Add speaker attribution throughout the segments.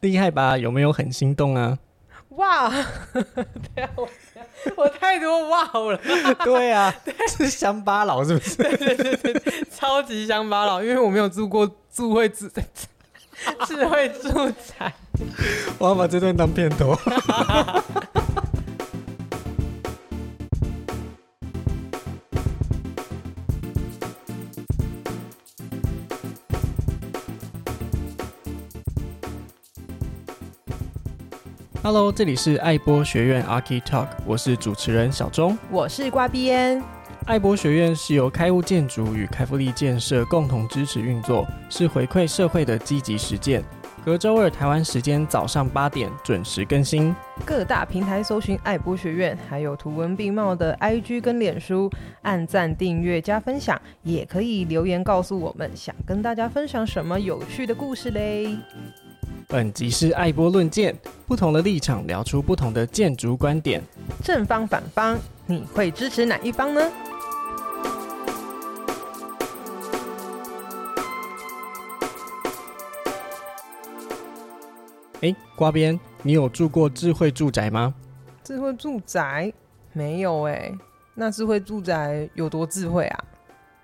Speaker 1: 厉害吧？有没有很心动啊？
Speaker 2: 哇， 对啊，我我太多哇哦了，
Speaker 1: 对啊，是乡巴佬是不 是？
Speaker 2: 超级乡巴佬，因为我没有住过住会 住智慧住宅。
Speaker 1: 我要把这段当片头。Hello，这里是爱播学院 Archi Talk，我是主持人小钟。
Speaker 2: 我是瓜边，
Speaker 1: 爱博学院是由开物建筑与开福利建设共同支持运作，是回馈社会的积极实践。隔周二台湾时间早上八点准时更新。
Speaker 2: 各大平台搜寻爱播学院，还有图文并茂的 IG 跟脸书，按赞、订阅、加分享，也可以留言告诉我们想跟大家分享什么有趣的故事嘞。
Speaker 1: 本集是爱播论剑，不同的立场聊出不同的建筑观点。
Speaker 2: 正方反方，你会支持哪一方呢？
Speaker 1: 诶，瓜边，你有住过智慧住宅吗？
Speaker 2: 智慧住宅没有哎、那智慧住宅有多智慧啊？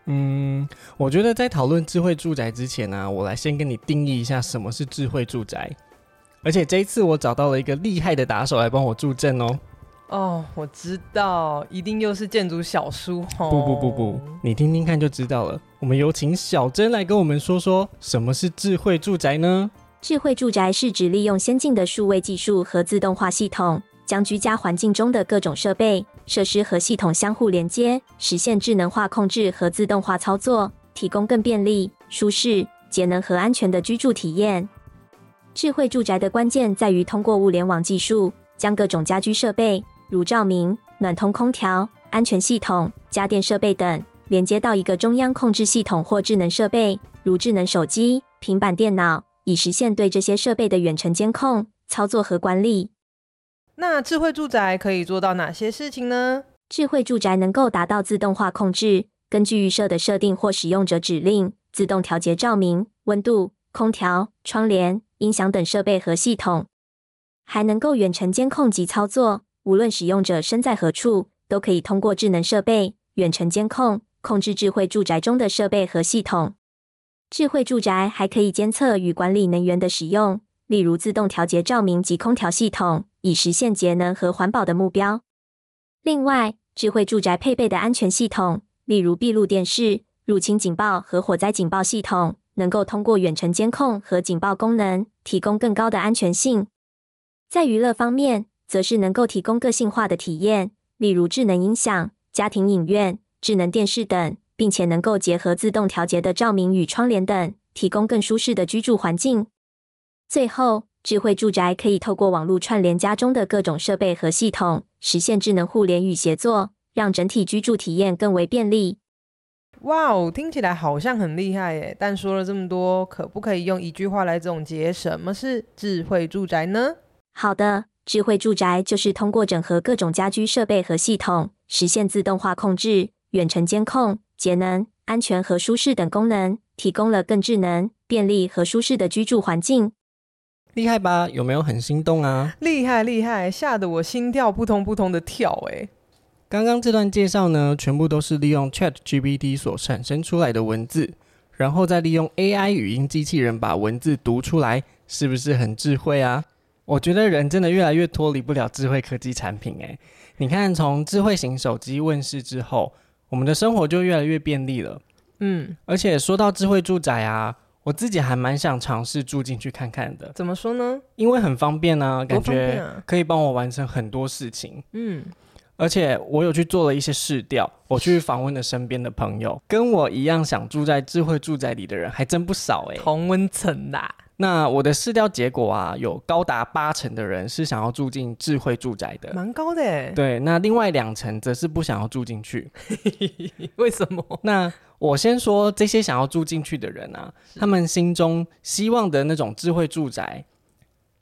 Speaker 1: 嗯，我觉得在讨论智慧住宅之前呢、我来先跟你定义一下什么是智慧住宅。而且这一次我找到了一个厉害的打手来帮我助阵哦。
Speaker 2: 哦，我知道，一定又是建筑小叔哦。
Speaker 1: 不不不不，你听听看就知道了。我们有请小珍来跟我们说说什么是智慧住宅呢？
Speaker 3: 智慧住宅是指利用先进的数位技术和自动化系统，将居家环境中的各种设备、设施和系统相互连接，实现智能化控制和自动化操作，提供更便利、舒适、节能和安全的居住体验。智慧住宅的关键在于通过物联网技术，将各种家居设备，如照明、暖通、空调、安全系统、家电设备等，连接到一个中央控制系统或智能设备，如智能手机、平板电脑，以实现对这些设备的远程监控、操作和管理。
Speaker 2: 那智慧住宅可以做到哪些事情呢？
Speaker 3: 智慧住宅能够达到自动化控制，根据预设的设定或使用者指令，自动调节照明、温度、空调、窗帘、音响等设备和系统，还能够远程监控及操作。无论使用者身在何处，都可以通过智能设备远程监控控制智慧住宅中的设备和系统。智慧住宅还可以监测与管理能源的使用，例如自动调节照明及空调系统，以实现节能和环保的目标。另外，智慧住宅配备的安全系统，例如闭路电视、入侵警报和火灾警报系统，能够通过远程监控和警报功能，提供更高的安全性。在娱乐方面，则是能够提供个性化的体验，例如智能音响、家庭影院、智能电视等，并且能够结合自动调节的照明与窗帘等，提供更舒适的居住环境。最后，智慧住宅可以透过网络串联家中的各种设备和系统，实现智能互联与协作，让整体居住体验更为便利。
Speaker 2: 哇哦，听起来好像很厉害耶！但说了这么多，可不可以用一句话来总结什么是智慧住宅呢？
Speaker 3: 好的，智慧住宅就是通过整合各种家居设备和系统，实现自动化控制、远程监控、节能、安全和舒适等功能，提供了更智能、便利和舒适的居住环境。
Speaker 1: 厉害吧？有没有很心动啊？
Speaker 2: 厉害厉害，吓得我心跳扑通扑通的跳哎！
Speaker 1: 刚刚这段介绍呢，全部都是利用 Chat GPT 所产生出来的文字，然后再利用 AI 语音机器人把文字读出来，是不是很智慧啊？我觉得人真的越来越脱离不了智慧科技产品诶、你看，从智慧型手机问世之后，我们的生活就越来越便利了。
Speaker 2: 嗯，
Speaker 1: 而且说到智慧住宅啊，我自己还蛮想尝试住进去看看的，
Speaker 2: 怎么说呢？
Speaker 1: 因为很方便啊，
Speaker 2: 多
Speaker 1: 感
Speaker 2: 方便
Speaker 1: 觉
Speaker 2: 啊！
Speaker 1: 可以帮我完成很多事情。
Speaker 2: 嗯，
Speaker 1: 而且我有去做了一些试调，我去访问了身边的朋友，跟我一样想住在智慧住宅里的人还真不少诶、
Speaker 2: 同温层啦。
Speaker 1: 那我的试调结果啊，有高达八成的人是想要住进智慧住宅的。
Speaker 2: 蛮高的哎，
Speaker 1: 对，那另外两成则是不想要住进去。
Speaker 2: 为什么？
Speaker 1: 那我先说这些想要住进去的人啊，他们心中希望的那种智慧住宅，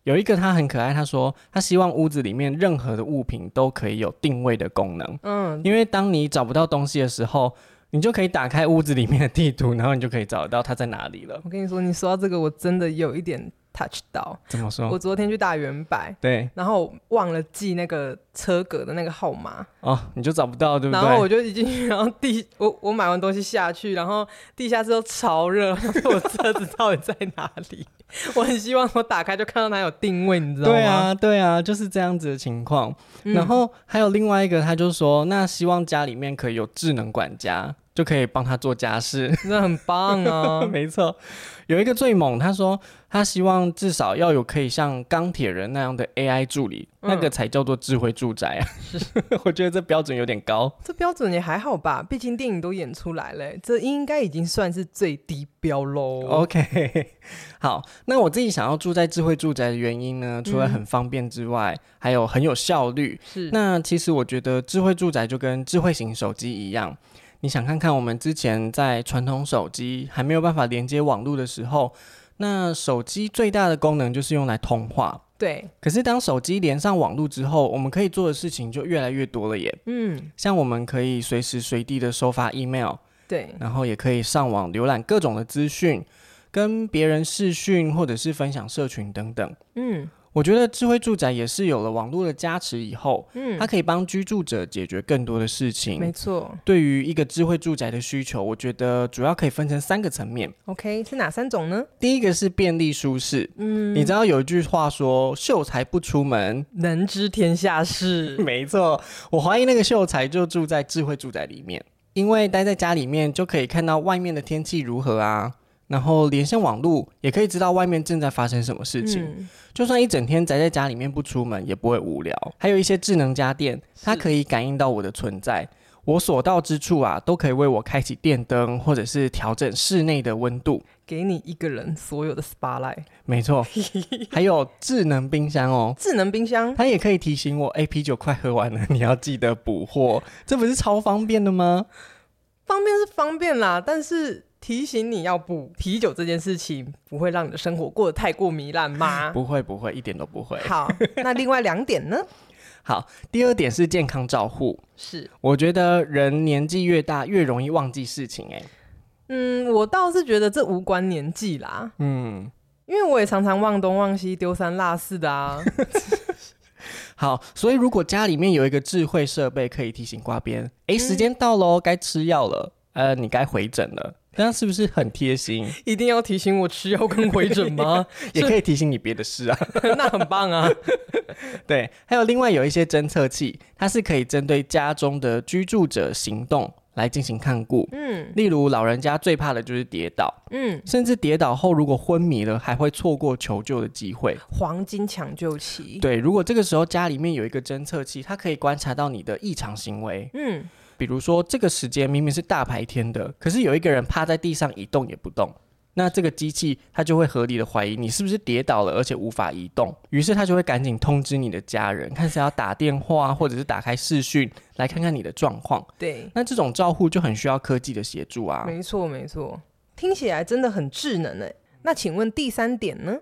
Speaker 1: 有一个他很可爱，他说他希望屋子里面任何的物品都可以有定位的功能，
Speaker 2: 嗯，
Speaker 1: 因为当你找不到东西的时候，你就可以打开屋子里面的地图，然后你就可以找得到它在哪里了。
Speaker 2: 我跟你说，你说到这个，我真的有一点 touch 到。
Speaker 1: 怎么
Speaker 2: 我
Speaker 1: 说？
Speaker 2: 昨天去大圆柏，
Speaker 1: 对
Speaker 2: 然后忘了记那个车格的那个号码，
Speaker 1: 哦，你就找不到，对不
Speaker 2: 然后我
Speaker 1: 对？
Speaker 2: 就一进去，然后地 我我买完东西下去，然后地下室都超热， 我想说我车子到底在哪里？ 我很希望我打开就看到它有定位，你知道吗？
Speaker 1: 对啊，对啊，就是这样子的情况。
Speaker 2: 嗯，
Speaker 1: 然后还有另外一个，他就说，那希望家里面可以有智能管家，就可以帮他做家事。
Speaker 2: 真的很棒 啊！
Speaker 1: 没错，有一个最猛，他说他希望至少要有可以像钢铁人那样的 AI 助理，
Speaker 2: 嗯
Speaker 1: 那个才叫做智慧住宅啊。 我觉得这标准有点高。
Speaker 2: 这标准也还好吧，毕竟电影都演出来了，这应该已经算是最低标喽。
Speaker 1: 哦 OK，好， 那我自己想要住在智慧住宅的原因呢，除了
Speaker 2: 嗯
Speaker 1: 很方便之外，还有很有效率。
Speaker 2: 是
Speaker 1: 那其实我觉得智慧住宅就跟智慧型手机一样，你想看看我们之前在传统手机还没有办法连接网络的时候，那手机最大的功能就是用来通话。
Speaker 2: 对，
Speaker 1: 可是当手机连上网络之后，我们可以做的事情就越来越多了耶。
Speaker 2: 嗯，
Speaker 1: 像我们可以随时随地的收发 email，
Speaker 2: 对，
Speaker 1: 然后也可以上网浏览各种的资讯，跟别人视讯或者是分享社群等等。
Speaker 2: 嗯
Speaker 1: 我觉得智慧住宅也是有了网络的加持以后，它
Speaker 2: 嗯，
Speaker 1: 可以帮居住者解决更多的事
Speaker 2: 没
Speaker 1: 情。
Speaker 2: 错。
Speaker 1: 对于一个智慧住宅的需求，我觉得主要可以分成三个层面。
Speaker 2: OK，是哪三种呢？
Speaker 1: 第一个是便利舒适，
Speaker 2: 嗯，
Speaker 1: 你知道有一句话说“秀才不出门”，
Speaker 2: 能知天下 事。
Speaker 1: 没错，我怀疑那个秀才就住在智慧住宅里面，因为待在家里面就可以看到外面的天气如何啊，然后连线网络也可以知道外面正在发生什么事情。
Speaker 2: 嗯，
Speaker 1: 就算一整天宅在家里面不出门，也不会无聊。还有一些智能家电，它可以感应到我的存在。我所到之处啊，都可以为我开启电灯，或者是调整室内的温度。
Speaker 2: 给你一个人所有的 spotlight。
Speaker 1: 没错，还有智能冰箱哦，
Speaker 2: 智能冰箱，
Speaker 1: 它也可以提醒我，哎、啤酒快喝完了， 你要记得补 货，这不是超方便的吗？
Speaker 2: 方便是方便啦，但是提醒你要补啤酒这件事情，不会让你的生活过得太过糜烂吗？
Speaker 1: 不会，不会，一点都不会。
Speaker 2: 好，那另外两点呢？
Speaker 1: 好，第二点是健康照护。
Speaker 2: 是，
Speaker 1: 我觉得人年纪越大，越容易忘记事情、哎，
Speaker 2: 嗯，我倒是觉得这无关年纪啦，
Speaker 1: 嗯，
Speaker 2: 因为我也常常忘东忘西、丢三落四的 啊。
Speaker 1: 好，所以如果家里面有一个智慧设备，可以提醒挂边，哎、时间到喽，该吃药了，呃，你该回诊了，这样是不是很贴心？
Speaker 2: 一定要提醒我吃药跟回诊 吗？
Speaker 1: 也可以提醒你别的事啊。
Speaker 2: 那很棒啊。
Speaker 1: 对，还有另外有一些侦测器，它是可以针对家中的居住者行动来进行看顾。
Speaker 2: 嗯
Speaker 1: 例如，老人家最怕的就是跌倒，
Speaker 2: 嗯，
Speaker 1: 甚至跌倒后如果昏迷了，还会错过求救的机会。
Speaker 2: 黄金抢救期。
Speaker 1: 对，如果这个时候家里面有一个侦测器，它可以观察到你的异常行为，
Speaker 2: 嗯，
Speaker 1: 比如说这个时间明明是大白天的，可是有一个人趴在地上一动也不动。那这个机器它就会合理的怀疑你是不是跌倒了，而且无法移动，于是它就会赶紧通知你的家人，看是要打电话或者是打开视讯来看看你的状况。
Speaker 2: 对，
Speaker 1: 那这种照护就很需要科技的协助啊。
Speaker 2: 没错没错，听起来真的很智能诶。那请问第三点呢？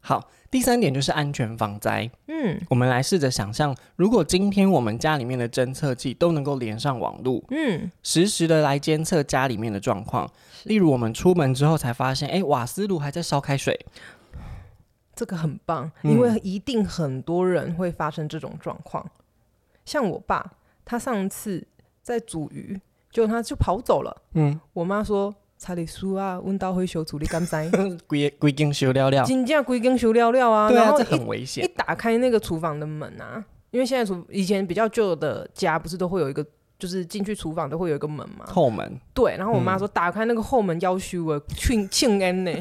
Speaker 1: 好，第三点就是安全防灾。
Speaker 2: 嗯
Speaker 1: 我们来试着想象，如果今天我们家里面的侦测器都能够连上网络，
Speaker 2: 嗯，
Speaker 1: 实时的来监测家里面的状况。例如，我们出门之后才发现，哎，瓦斯炉还在烧开水。
Speaker 2: 这个很棒，
Speaker 1: 嗯
Speaker 2: 因为一定很多人会发生这种状况。像我爸，他上次在煮鱼，结果他就跑走了。
Speaker 1: 嗯，
Speaker 2: 我妈说：“查理叔啊，问到会修处理干塞，
Speaker 1: 归归根修料料。
Speaker 2: 金价归根修料料啊。”
Speaker 1: 对
Speaker 2: 然
Speaker 1: 啊，
Speaker 2: 后
Speaker 1: 这
Speaker 2: 一
Speaker 1: 很危
Speaker 2: 一
Speaker 1: 险。
Speaker 2: 打开那个厨房的门啊，因为现在厨以前比较旧的家不是都会有一个，就是进去厨房都会有一个门嘛。
Speaker 1: 后门，
Speaker 2: 对，然后我
Speaker 1: 嗯
Speaker 2: 妈说打开那个后门要修我庆庆 安呢。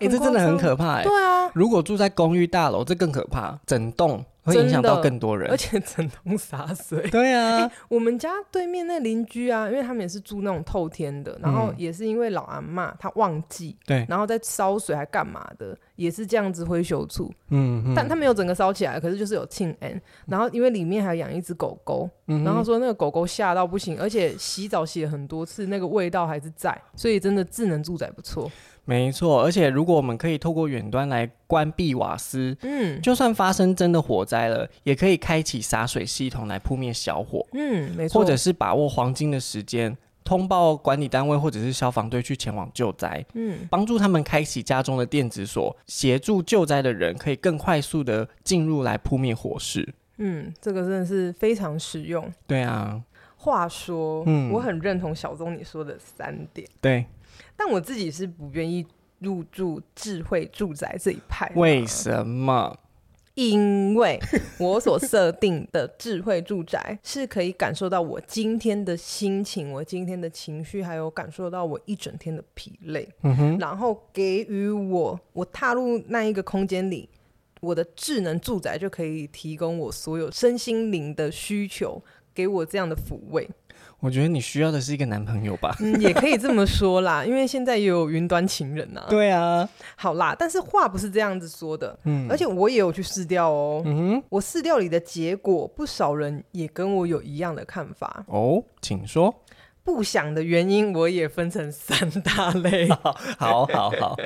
Speaker 1: 哎，这真的很可怕哎、
Speaker 2: 对啊，
Speaker 1: 如果住在公寓大楼，这更可怕，整栋会影响到更多
Speaker 2: 而
Speaker 1: 人。
Speaker 2: 且整栋洒水。
Speaker 1: 对啊，
Speaker 2: 我们家对面那邻居啊，因为他们也是住那种透天的，然后也是因为老阿嬷她忘记，
Speaker 1: 嗯对
Speaker 2: 然后在烧水还干嘛的，也是这样子灰朽处，
Speaker 1: 嗯
Speaker 2: 但他没有整个烧起来，可是就是有庆安。然后因为里面还养一只狗狗，
Speaker 1: 嗯
Speaker 2: 然后
Speaker 1: 哼
Speaker 2: 说那个狗狗吓到不行，而且洗澡洗了很多次，那个味道还是在，所以真的智能住宅不错。
Speaker 1: 没错，而且如果我们可以透过远端来关闭瓦斯，
Speaker 2: 嗯
Speaker 1: 就算发生真的火灾了，也可以开启洒水系统来扑灭小火。
Speaker 2: 嗯，没错，
Speaker 1: 或者是把握黄金的时间，通报管理单位或者是消防队去前往救灾，
Speaker 2: 嗯
Speaker 1: 帮助他们开启家中的电子锁，协助救灾的人可以更快速的进入来扑灭火势。
Speaker 2: 嗯，这个真的是非常实用。
Speaker 1: 对啊，
Speaker 2: 话说，
Speaker 1: 嗯
Speaker 2: 我很认同小宗你说的三点，
Speaker 1: 对，
Speaker 2: 但我自己是不愿意入住智慧住宅这一派的。
Speaker 1: 为什么？
Speaker 2: 因为我所设定的智慧住宅是可以感受到我今天的心情、我今天的情绪，还有感受到我一整天的疲累，
Speaker 1: 嗯哼，
Speaker 2: 然后给予我我踏入那一个空间里，我的智能住宅就可以提供我所有身心灵的需求。给我这样的抚慰，
Speaker 1: 我觉得你需要的是一个男朋友 吧？
Speaker 2: 嗯，也可以这么说啦，因为现在也有云端情人 啊。
Speaker 1: 对啊，
Speaker 2: 好啦，但是话不是这样子说的，
Speaker 1: 嗯
Speaker 2: 而且我也有去试掉哦，
Speaker 1: 嗯哼，
Speaker 2: 我试料理的结果，不少人也跟我有一样的看法。
Speaker 1: 哦，请说。
Speaker 2: 不想的原因，我也分成三大类：
Speaker 1: 好好好，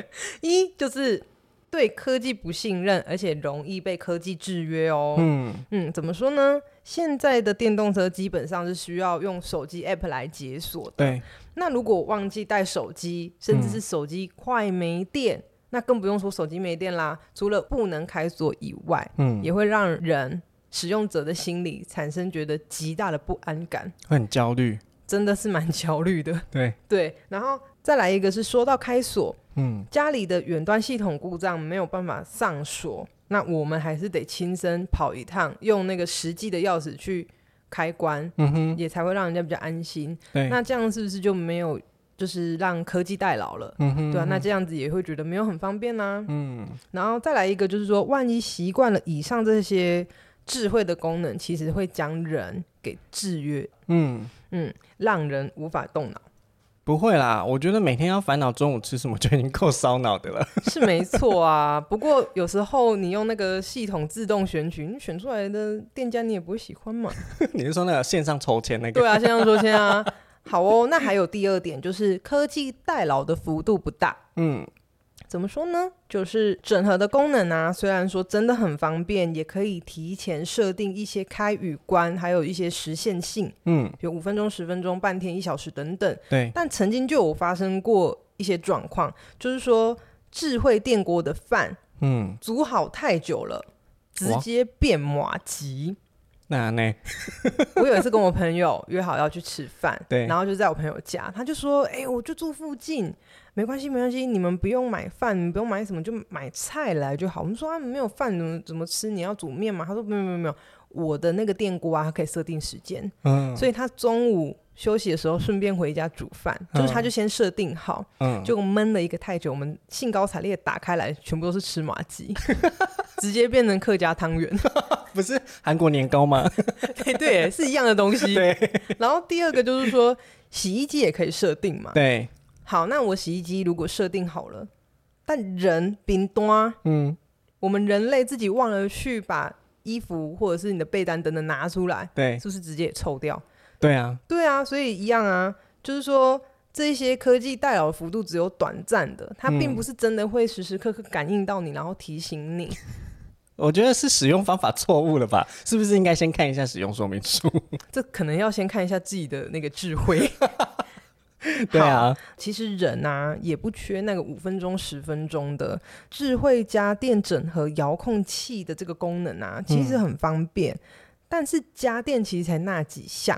Speaker 2: 一就是对科技不信任，而且容易被科技制约哦。嗯
Speaker 1: 嗯，
Speaker 2: 怎么说呢？现在的电动车基本上是需要用手机 app 来解锁的。
Speaker 1: 对，
Speaker 2: 那如果忘记带手机，甚至
Speaker 1: 嗯
Speaker 2: 是手机快没电，那更不用说手机没电啦。除了不能开锁以外，
Speaker 1: 嗯，
Speaker 2: 也会让人使用者的心理产生觉得极大的不安感，
Speaker 1: 会很焦虑。
Speaker 2: 真的是蛮焦虑的。
Speaker 1: 对，
Speaker 2: 对，然后再来一个是说到开锁，
Speaker 1: 嗯，
Speaker 2: 家里的远端系统故障没有办法上锁，那我们还是得亲身跑一趟，用那个实际的钥匙去开关，
Speaker 1: 嗯哼，
Speaker 2: 也才会让人家比较安心。
Speaker 1: 对，
Speaker 2: 那这样是不是就没有就是让科技代劳了？
Speaker 1: 嗯哼，
Speaker 2: 对啊，那这样子也会觉得没有很方便啦、
Speaker 1: 嗯，
Speaker 2: 然后再来一个就是说，万一习惯了以上这些智慧的功能，其实会将人给制约，
Speaker 1: 嗯，
Speaker 2: 嗯，让人无法动脑，
Speaker 1: 不会啦，我觉得每天要烦恼中午吃什么就已经够烧脑的了。
Speaker 2: 是没错啊。不过有时候你用那个系统自动选取，你选出来的店家你也不会喜欢嘛。
Speaker 1: 你是说那个线上筹钱那个？
Speaker 2: 对啊，先这样说先啊。好哦，那还有第二点就是科技代劳的幅度不大，
Speaker 1: 嗯，
Speaker 2: 怎么说呢？就是整合的功能啊，虽然说真的很方便，也可以提前设定一些开与关，还有一些实现性，
Speaker 1: 嗯，
Speaker 2: 有五分钟、十分钟、半天、一小时等等。
Speaker 1: 对，
Speaker 2: 但曾经就有发生过一些状况，就是说智慧电锅的饭
Speaker 1: 嗯，
Speaker 2: 煮好太久了，直
Speaker 1: 哇
Speaker 2: 接变马吉。
Speaker 1: 那呢？
Speaker 2: 我有一次跟我朋友约好要去吃饭，
Speaker 1: 对
Speaker 2: 然后就在我朋友家，他就说：“哎、我就住附近，没关系，没关系，你们不用买饭，你们不用买什么，就买菜来就好。”我们说：“啊，没有饭怎么怎么吃？你要煮面吗？”他说：“没有，没有，没有，我的那个电锅啊，它可以设定时间，
Speaker 1: 嗯，
Speaker 2: 所以他中午休息的时候顺便回家煮饭，就是他就先设定好，
Speaker 1: 嗯，
Speaker 2: 就焖了一个太久，我们兴高采烈打开来，全部都是吃麻鸡， 直接变成客家汤圆，
Speaker 1: 不是韩国年糕 吗？
Speaker 2: 对对，是一样的东西。
Speaker 1: 对
Speaker 2: 然后第二个就是说，洗衣机也可以设定嘛。
Speaker 1: 对，
Speaker 2: 好，那我洗衣机如果设定好了，但人冰端，
Speaker 1: 嗯，
Speaker 2: 我们人类自己忘了去把衣服或者是你的被单等等拿出来，
Speaker 1: 对
Speaker 2: 是不是直接也臭掉？
Speaker 1: 对啊，
Speaker 2: 对啊，所以一样啊，就是说。这些科技带来的幅度只有短暂的，它并
Speaker 1: 嗯
Speaker 2: 不是真的会时时刻刻感应到你，然后提醒你。
Speaker 1: 我觉得是使用方法错误了吧？是不是应该先看一下使用说明 书？
Speaker 2: 这可能要先看一下自己的那个智慧。
Speaker 1: 对啊，
Speaker 2: 其实人啊，也不缺那个五分钟、十分钟的智慧家电整合遥控器的这个功能啊，其实很方便。但是家电其实才那几项，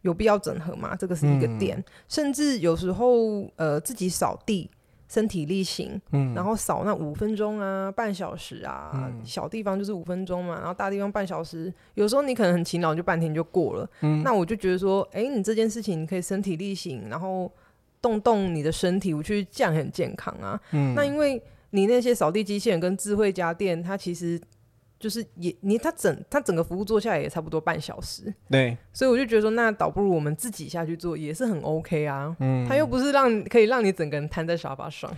Speaker 2: 有必要整合吗？这个是一个点。甚至有时候，呃，自己扫地。身体力行，
Speaker 1: 嗯
Speaker 2: 然后扫那五分钟啊、半小时啊，小地方就是五分钟嘛，然后大地方半小时。有时候你可能很勤劳，就半天就过了。
Speaker 1: 嗯
Speaker 2: 那我就觉得说，哎、你这件事情你可以身体力行，然后动动你的身体，我觉得这样很健康啊。
Speaker 1: 嗯
Speaker 2: 那因为你那些扫地机器人跟智慧家电，它其实就是也你它整它整个服务做下来也差不多半小时，
Speaker 1: 对，
Speaker 2: 所以我就觉得说，那倒不如我们自己下去做也是很 OK 啊。嗯，它又不是让可以让你整个人瘫在沙 发上，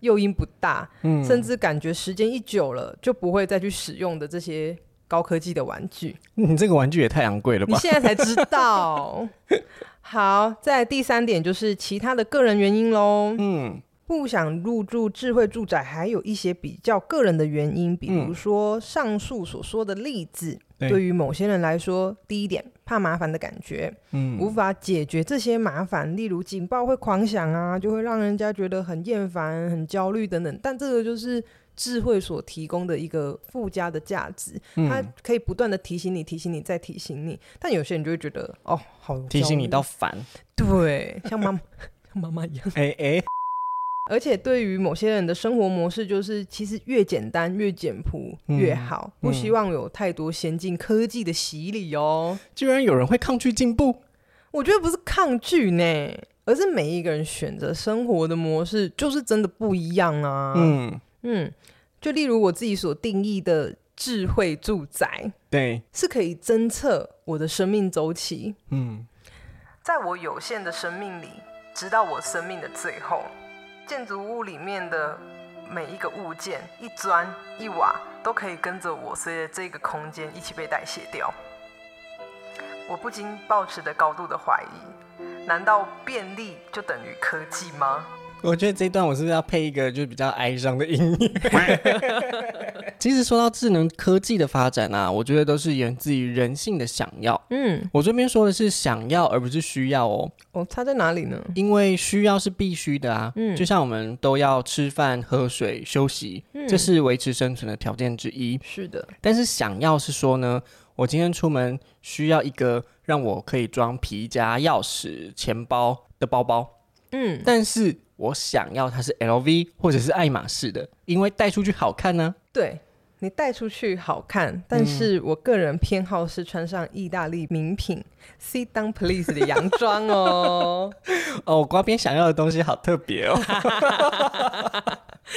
Speaker 2: 诱因不大，
Speaker 1: 嗯
Speaker 2: 甚至感觉时间一久了就不会再去使用的这些高科技的玩具。
Speaker 1: 你这个玩具也太昂贵了
Speaker 2: 你
Speaker 1: 吧？
Speaker 2: 现在才知 道。好，再来第三点就是其他的个人原因喽。
Speaker 1: 嗯
Speaker 2: 不想入住智慧住
Speaker 1: 嗯
Speaker 2: 宅，还有一些比较个人的原因，比如说上述所说的例子。
Speaker 1: 对
Speaker 2: 对于某些人来说，第一点怕麻烦的感觉，无
Speaker 1: 嗯，
Speaker 2: 法解决这些麻烦，例如警报会狂响啊，就会让人家觉得很厌烦、很焦虑等等。但这个就是智慧所提供的一个附加的价值，它
Speaker 1: 嗯，
Speaker 2: 可以不断的提醒你、提醒你、再提醒你。但有些人就会觉得，哦，好
Speaker 1: 提醒你
Speaker 2: 焦
Speaker 1: 到
Speaker 2: 虑
Speaker 1: 烦，
Speaker 2: 对，像妈妈像妈妈一样。
Speaker 1: 哎哎，
Speaker 2: 而且对于某些人的生活模式，就是其实越简单、越简朴
Speaker 1: 嗯
Speaker 2: 越好，不希
Speaker 1: 嗯
Speaker 2: 望有太多先进科技的洗礼哦。
Speaker 1: 居然有人会抗拒进步，
Speaker 2: 我觉得不是抗拒呢，而是每一个人选择生活的模式就是真的不一样啊。嗯
Speaker 1: 嗯，
Speaker 2: 就例如我自己所定义的智慧住宅，
Speaker 1: 对，
Speaker 2: 是可以侦测我的生命周期，
Speaker 1: 嗯，
Speaker 2: 在我有限的生命里，直到我生命的最后，建筑物里面的每一个物件，一砖一瓦，都可以跟着我随着这个空间一起被代谢掉。我不禁抱持着高度的怀疑：难道便利就等于科技吗？
Speaker 1: 我觉得这一段我是不是要配一个就比较哀伤的音乐？ 其实说到智能科技的发展啊，我觉得都是源自于人性的想要。
Speaker 2: 嗯，
Speaker 1: 我这边说的是想要，而不是需要哦，
Speaker 2: 哦，差在哪里呢？
Speaker 1: 因为需要是必须的啊。
Speaker 2: 嗯
Speaker 1: 就像我们都要吃饭、喝水、休息，
Speaker 2: 嗯
Speaker 1: 这是维持生存的条件之一。
Speaker 2: 是的，
Speaker 1: 但是想要是说呢，我今天出门需要一个让我可以装皮夹、钥匙、钱包的包包，
Speaker 2: 嗯，
Speaker 1: 但是我想要它是 LV 或者是爱马仕的，因为带出去好看呢、
Speaker 2: 对你带出去好看，但是我个人偏好是穿上意大利名品 C down please 的洋装哦，
Speaker 1: 哦，瓜边想要的东西好特别哦。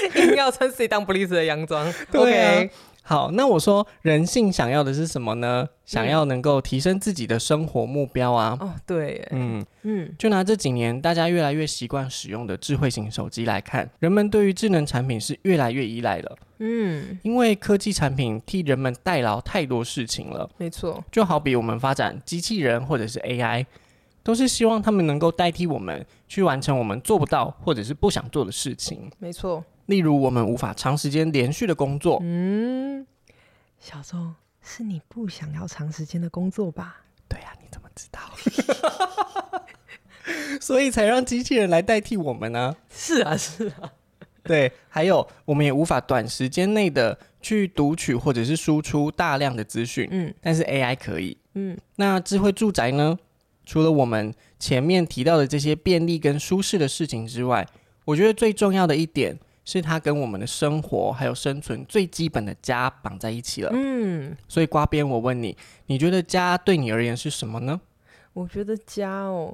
Speaker 2: 一定要穿 C down please 的洋装。
Speaker 1: 对啊
Speaker 2: OK，
Speaker 1: 好，那我说人性想要的是什么呢？想要能够提升自己的生活目标啊。
Speaker 2: 哦，对耶，
Speaker 1: 嗯，
Speaker 2: 嗯
Speaker 1: 就拿这几年大家越来越习惯使用的智慧型手机来看，人们对于智能产品是越来越依赖了，
Speaker 2: 嗯，
Speaker 1: 因为科技产品替人们代劳太多事情了。
Speaker 2: 没错，
Speaker 1: 就好比我们发展机器人或者是 AI，都是希望他们能够代替我们去完成我们做不到或者是不想做的事情，
Speaker 2: 没错。
Speaker 1: 例如我们无法长时间连续的工作。
Speaker 2: 嗯，小周，是你不想要长时间的工作吧？
Speaker 1: 对呀、你怎么知道？ 所以才让机器人来代替我们呢、
Speaker 2: 是啊，是啊，
Speaker 1: 对，还有我们也无法短时间内的去读取或者是输出大量的资讯，
Speaker 2: 嗯
Speaker 1: 但是 AI 可以。
Speaker 2: 嗯
Speaker 1: 那智慧住宅呢？除了我们前面提到的这些便利跟舒适的事情之外，我觉得最重要的一点是它跟我们的生活还有生存最基本的家绑在一起了。
Speaker 2: 嗯。
Speaker 1: 所以瓜边，我问你，你觉得家对你而言是什么呢？
Speaker 2: 我觉得家哦，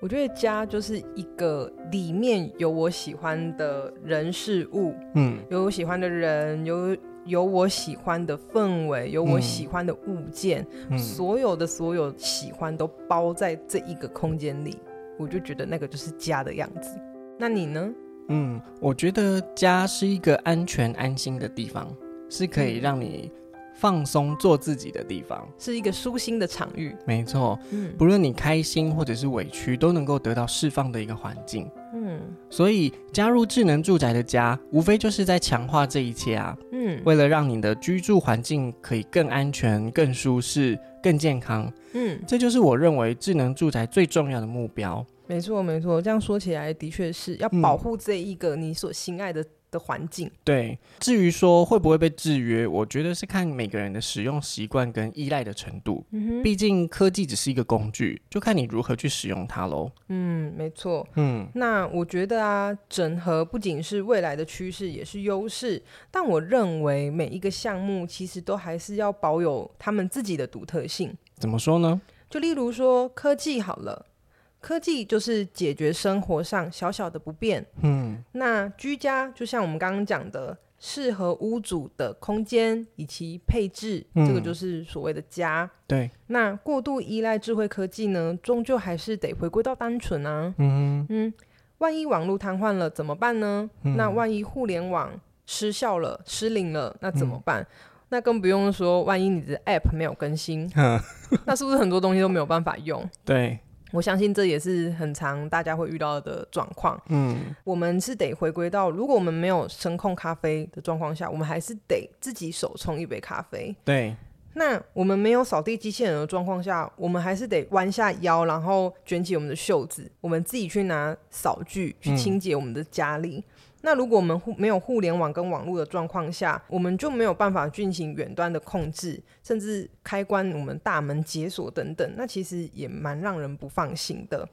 Speaker 2: 我觉得家就是一个里面有我喜欢的人事物，
Speaker 1: 嗯
Speaker 2: 有我喜欢的人，有有我喜欢的氛围，有我
Speaker 1: 嗯
Speaker 2: 喜欢的物件，
Speaker 1: 嗯，
Speaker 2: 所有的所有喜欢都包在这一个空间里，我就觉得那个就是家的样子。那你呢？
Speaker 1: 嗯，我觉得家是一个安全安心的地方，是可以让你放松做自己的地方。
Speaker 2: 是一个舒心的场域，
Speaker 1: 没错，
Speaker 2: 嗯
Speaker 1: 不论你开心或者是委屈，都能够得到释放的一个环境。
Speaker 2: 嗯
Speaker 1: 所以加入智能住宅的家，无非就是在强化这一切啊。
Speaker 2: 嗯
Speaker 1: 为了让你的居住环境可以更安全、更舒适、更健康，
Speaker 2: 嗯，
Speaker 1: 这就是我认为智能住宅最重要的目标。
Speaker 2: 没错没错，这样说起来的确是要
Speaker 1: 嗯
Speaker 2: 保护这一个你所心爱的的环境，
Speaker 1: 对，至于说会不会被制约，我觉得是看每个人的使用习惯跟依赖的程度。
Speaker 2: 嗯哼
Speaker 1: 毕竟科技只是一个工具，就看你如何去使用它喽。
Speaker 2: 嗯，没错。
Speaker 1: 嗯
Speaker 2: 那我觉得啊，整合不仅是未来的趋势，也是优势。但我认为每一个项目其实都还是要保有他们自己的独特性。
Speaker 1: 怎么说呢？
Speaker 2: 就例如说科技好了，科技就是解决生活上小小的不便。
Speaker 1: 嗯
Speaker 2: 那居家就像我们刚刚讲的，适合屋主的空间以及配置，
Speaker 1: 嗯
Speaker 2: 这个就是所谓的家。
Speaker 1: 对，
Speaker 2: 那过度依赖智慧科技呢，终究还是得回归到单纯啊。
Speaker 1: 嗯
Speaker 2: 嗯，万一网络瘫痪了怎么办呢？
Speaker 1: 嗯，
Speaker 2: 那万一互联网失效了、失灵了，那怎么办？那更不用说，万一你的 App 没有更新
Speaker 1: 哼，
Speaker 2: 那是不是很多东西都没有办法用？
Speaker 1: 对，
Speaker 2: 我相信这也是很常大家会遇到的状况。
Speaker 1: 嗯
Speaker 2: 我们是得回归到，如果我们没有声控咖啡的状况下，我们还是得自己手冲一杯咖啡。
Speaker 1: 对，
Speaker 2: 那我们没有扫地机器人的状况下，我们还是得弯下腰，然后卷起我们的袖子，我们自己去拿扫具去清洁我们的家里。那如果我们互没有互联网跟网络的状况下，我们就没有办法进行远端的控制，甚至开关我们大门解锁等等，那其实也蛮让人不放心的。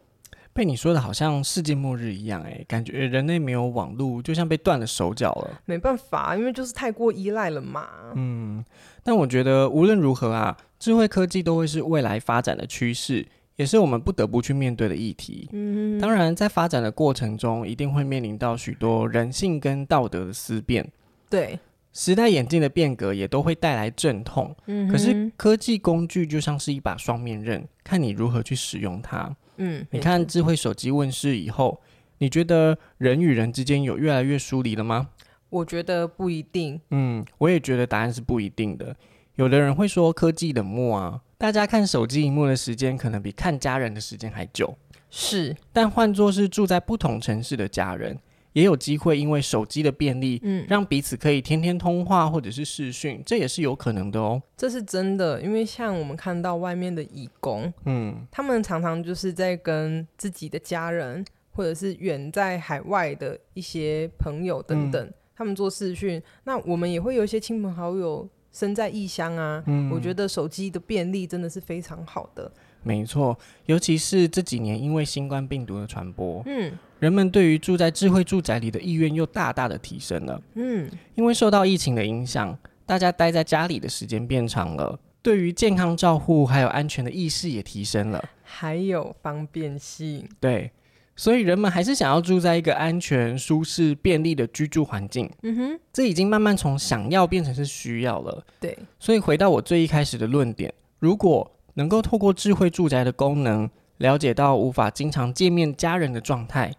Speaker 1: 被你说的好像世界末日一样、欸，哎，感觉人类没有网络就像被断了手脚了。
Speaker 2: 没办法，因为就是太过依赖了嘛。
Speaker 1: 嗯，但我觉得无论如何啊，智慧科技都会是未来发展的趋势，也是我们不得不去面对的议题。
Speaker 2: 嗯，
Speaker 1: 当然，在发展的过程中，一定会面临到许多人性跟道德的思辨，
Speaker 2: 对，
Speaker 1: 时代眼镜的变革也都会带来阵痛。
Speaker 2: 嗯
Speaker 1: 可是科技工具就像是一把双面刃，看你如何去使用它。
Speaker 2: 嗯，
Speaker 1: 你看智慧手机问世以后，你觉得人与人之间有越来越疏离了吗？
Speaker 2: 我觉得不一定。
Speaker 1: 嗯，我也觉得答案是不一定的。有的人会说科技冷漠啊，大家看手机荧幕的时间可能比看家人的时间还久。
Speaker 2: 是，
Speaker 1: 但换作是住在不同城市的家人，也有机会因为手机的便利，
Speaker 2: 嗯，
Speaker 1: 让彼此可以天天通话或者是视讯，这也是有可能的哦。
Speaker 2: 这是真的，因为像我们看到外面的义工，
Speaker 1: 嗯，
Speaker 2: 他们常常就是在跟自己的家人，或者是远在海外的一些朋友等等，他们做视讯。那我们也会有一些亲朋好友身在异乡啊，我觉得手机的便利真的是非常好的。
Speaker 1: 没错，尤其是这几年因为新冠病毒的传播，
Speaker 2: 嗯
Speaker 1: 人们对于住在智慧住宅里的意愿又大大的提升了。
Speaker 2: 嗯，
Speaker 1: 因为受到疫情的影响，大家待在家里的时间变长了，对于健康照护还有安全的意识也提升了。
Speaker 2: 还有方便性，
Speaker 1: 对，所以人们还是想要住在一个安全、舒适、便利的居住环境。
Speaker 2: 嗯哼，
Speaker 1: 这已经慢慢从想要变成是需要了。
Speaker 2: 对，
Speaker 1: 所以回到我最一开始的论点，如果能够透过智慧住宅的功能，了解到无法经常见面家人的状态，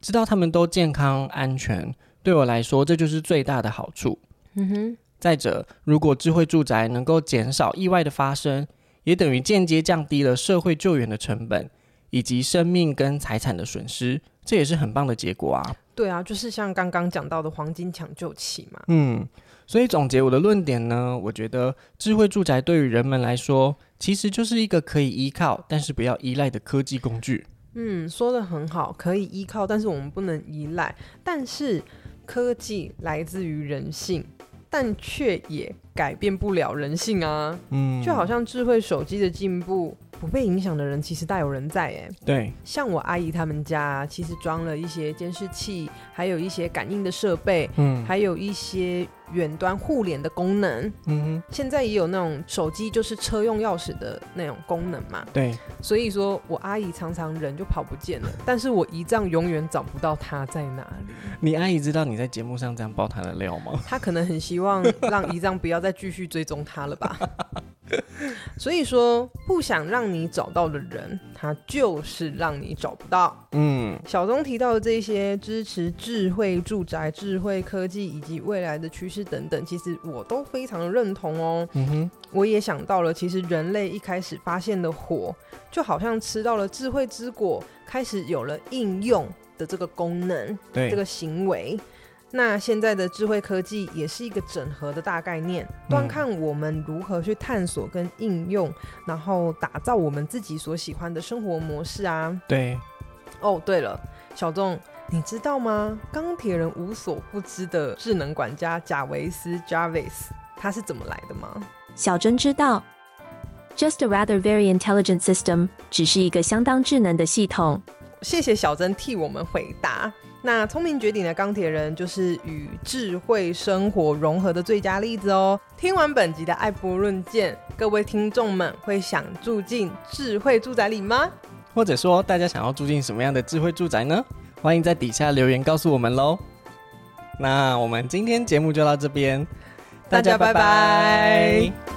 Speaker 1: 知道他们都健康安全，对我来说这就是最大的好处。
Speaker 2: 嗯哼，
Speaker 1: 再者，如果智慧住宅能够减少意外的发生，也等于间接降低了社会救援的成本，以及生命跟财产的损失，这也是很棒的结果啊。
Speaker 2: 对啊，就是像刚刚讲到的黄金抢救期嘛，
Speaker 1: 嗯，所以总结我的论点呢，我觉得智慧住宅对于人们来说，其实就是一个可以依靠，但是不要依赖的科技工具。
Speaker 2: 嗯，说的很好，可以依靠，但是我们不能依赖。但是科技来自于人性，但却也改变不了人性啊。
Speaker 1: 嗯
Speaker 2: 就好像智慧手机的进步，不被影响的人其实大有人在哎。
Speaker 1: 对，
Speaker 2: 像我阿姨他们家啊，其实装了一些监视器，还有一些感应的设备，
Speaker 1: 嗯
Speaker 2: 还有一些远端互联的功能。
Speaker 1: 嗯，
Speaker 2: 现在也有那种手机就是车用钥匙的那种功能嘛。
Speaker 1: 对，
Speaker 2: 所以说我阿姨常常人就跑不见了，但是我姨丈永远找不到她在哪里。
Speaker 1: 你阿姨知道你在节目上这样爆她的料吗？
Speaker 2: 她可能很希望让姨丈不要再继续追踪她了吧。所以说，不想让你找到的人，他就是让你找不到。
Speaker 1: 嗯，
Speaker 2: 小钟提到的这些支持智慧住宅、智慧科技以及未来的趋势等等，其实我都非常认同哦。
Speaker 1: 嗯哼，
Speaker 2: 我也想到了，其实人类一开始发现的火，就好像吃到了智慧之果，开始有了应用的这个功能、
Speaker 1: 对，
Speaker 2: 这个行为。那现在的智慧科技也是一个整合的大概念，端看我们如何去探索跟应用，然后打造我们自己所喜欢的生活模式啊。
Speaker 1: 对，
Speaker 2: 哦，对了，小众，你知道吗？钢铁人无所不知的智能管家贾维斯 （Jarvis） 他是怎么来的吗？
Speaker 3: 小珍知道，Just a rather very intelligent system 只是一个相当智能的系统。
Speaker 2: 谢谢小珍替我们回答。那聪明绝顶的钢铁人就是与智慧生活融合的最佳例子哦。听完本集的爱博论剑，各位听众们会想住进智慧住宅里吗？
Speaker 1: 或者说大家想要住进什么样的智慧住宅呢？欢迎在底下留言告诉我们喽。那我们今天节目就到这边，
Speaker 2: 大家拜拜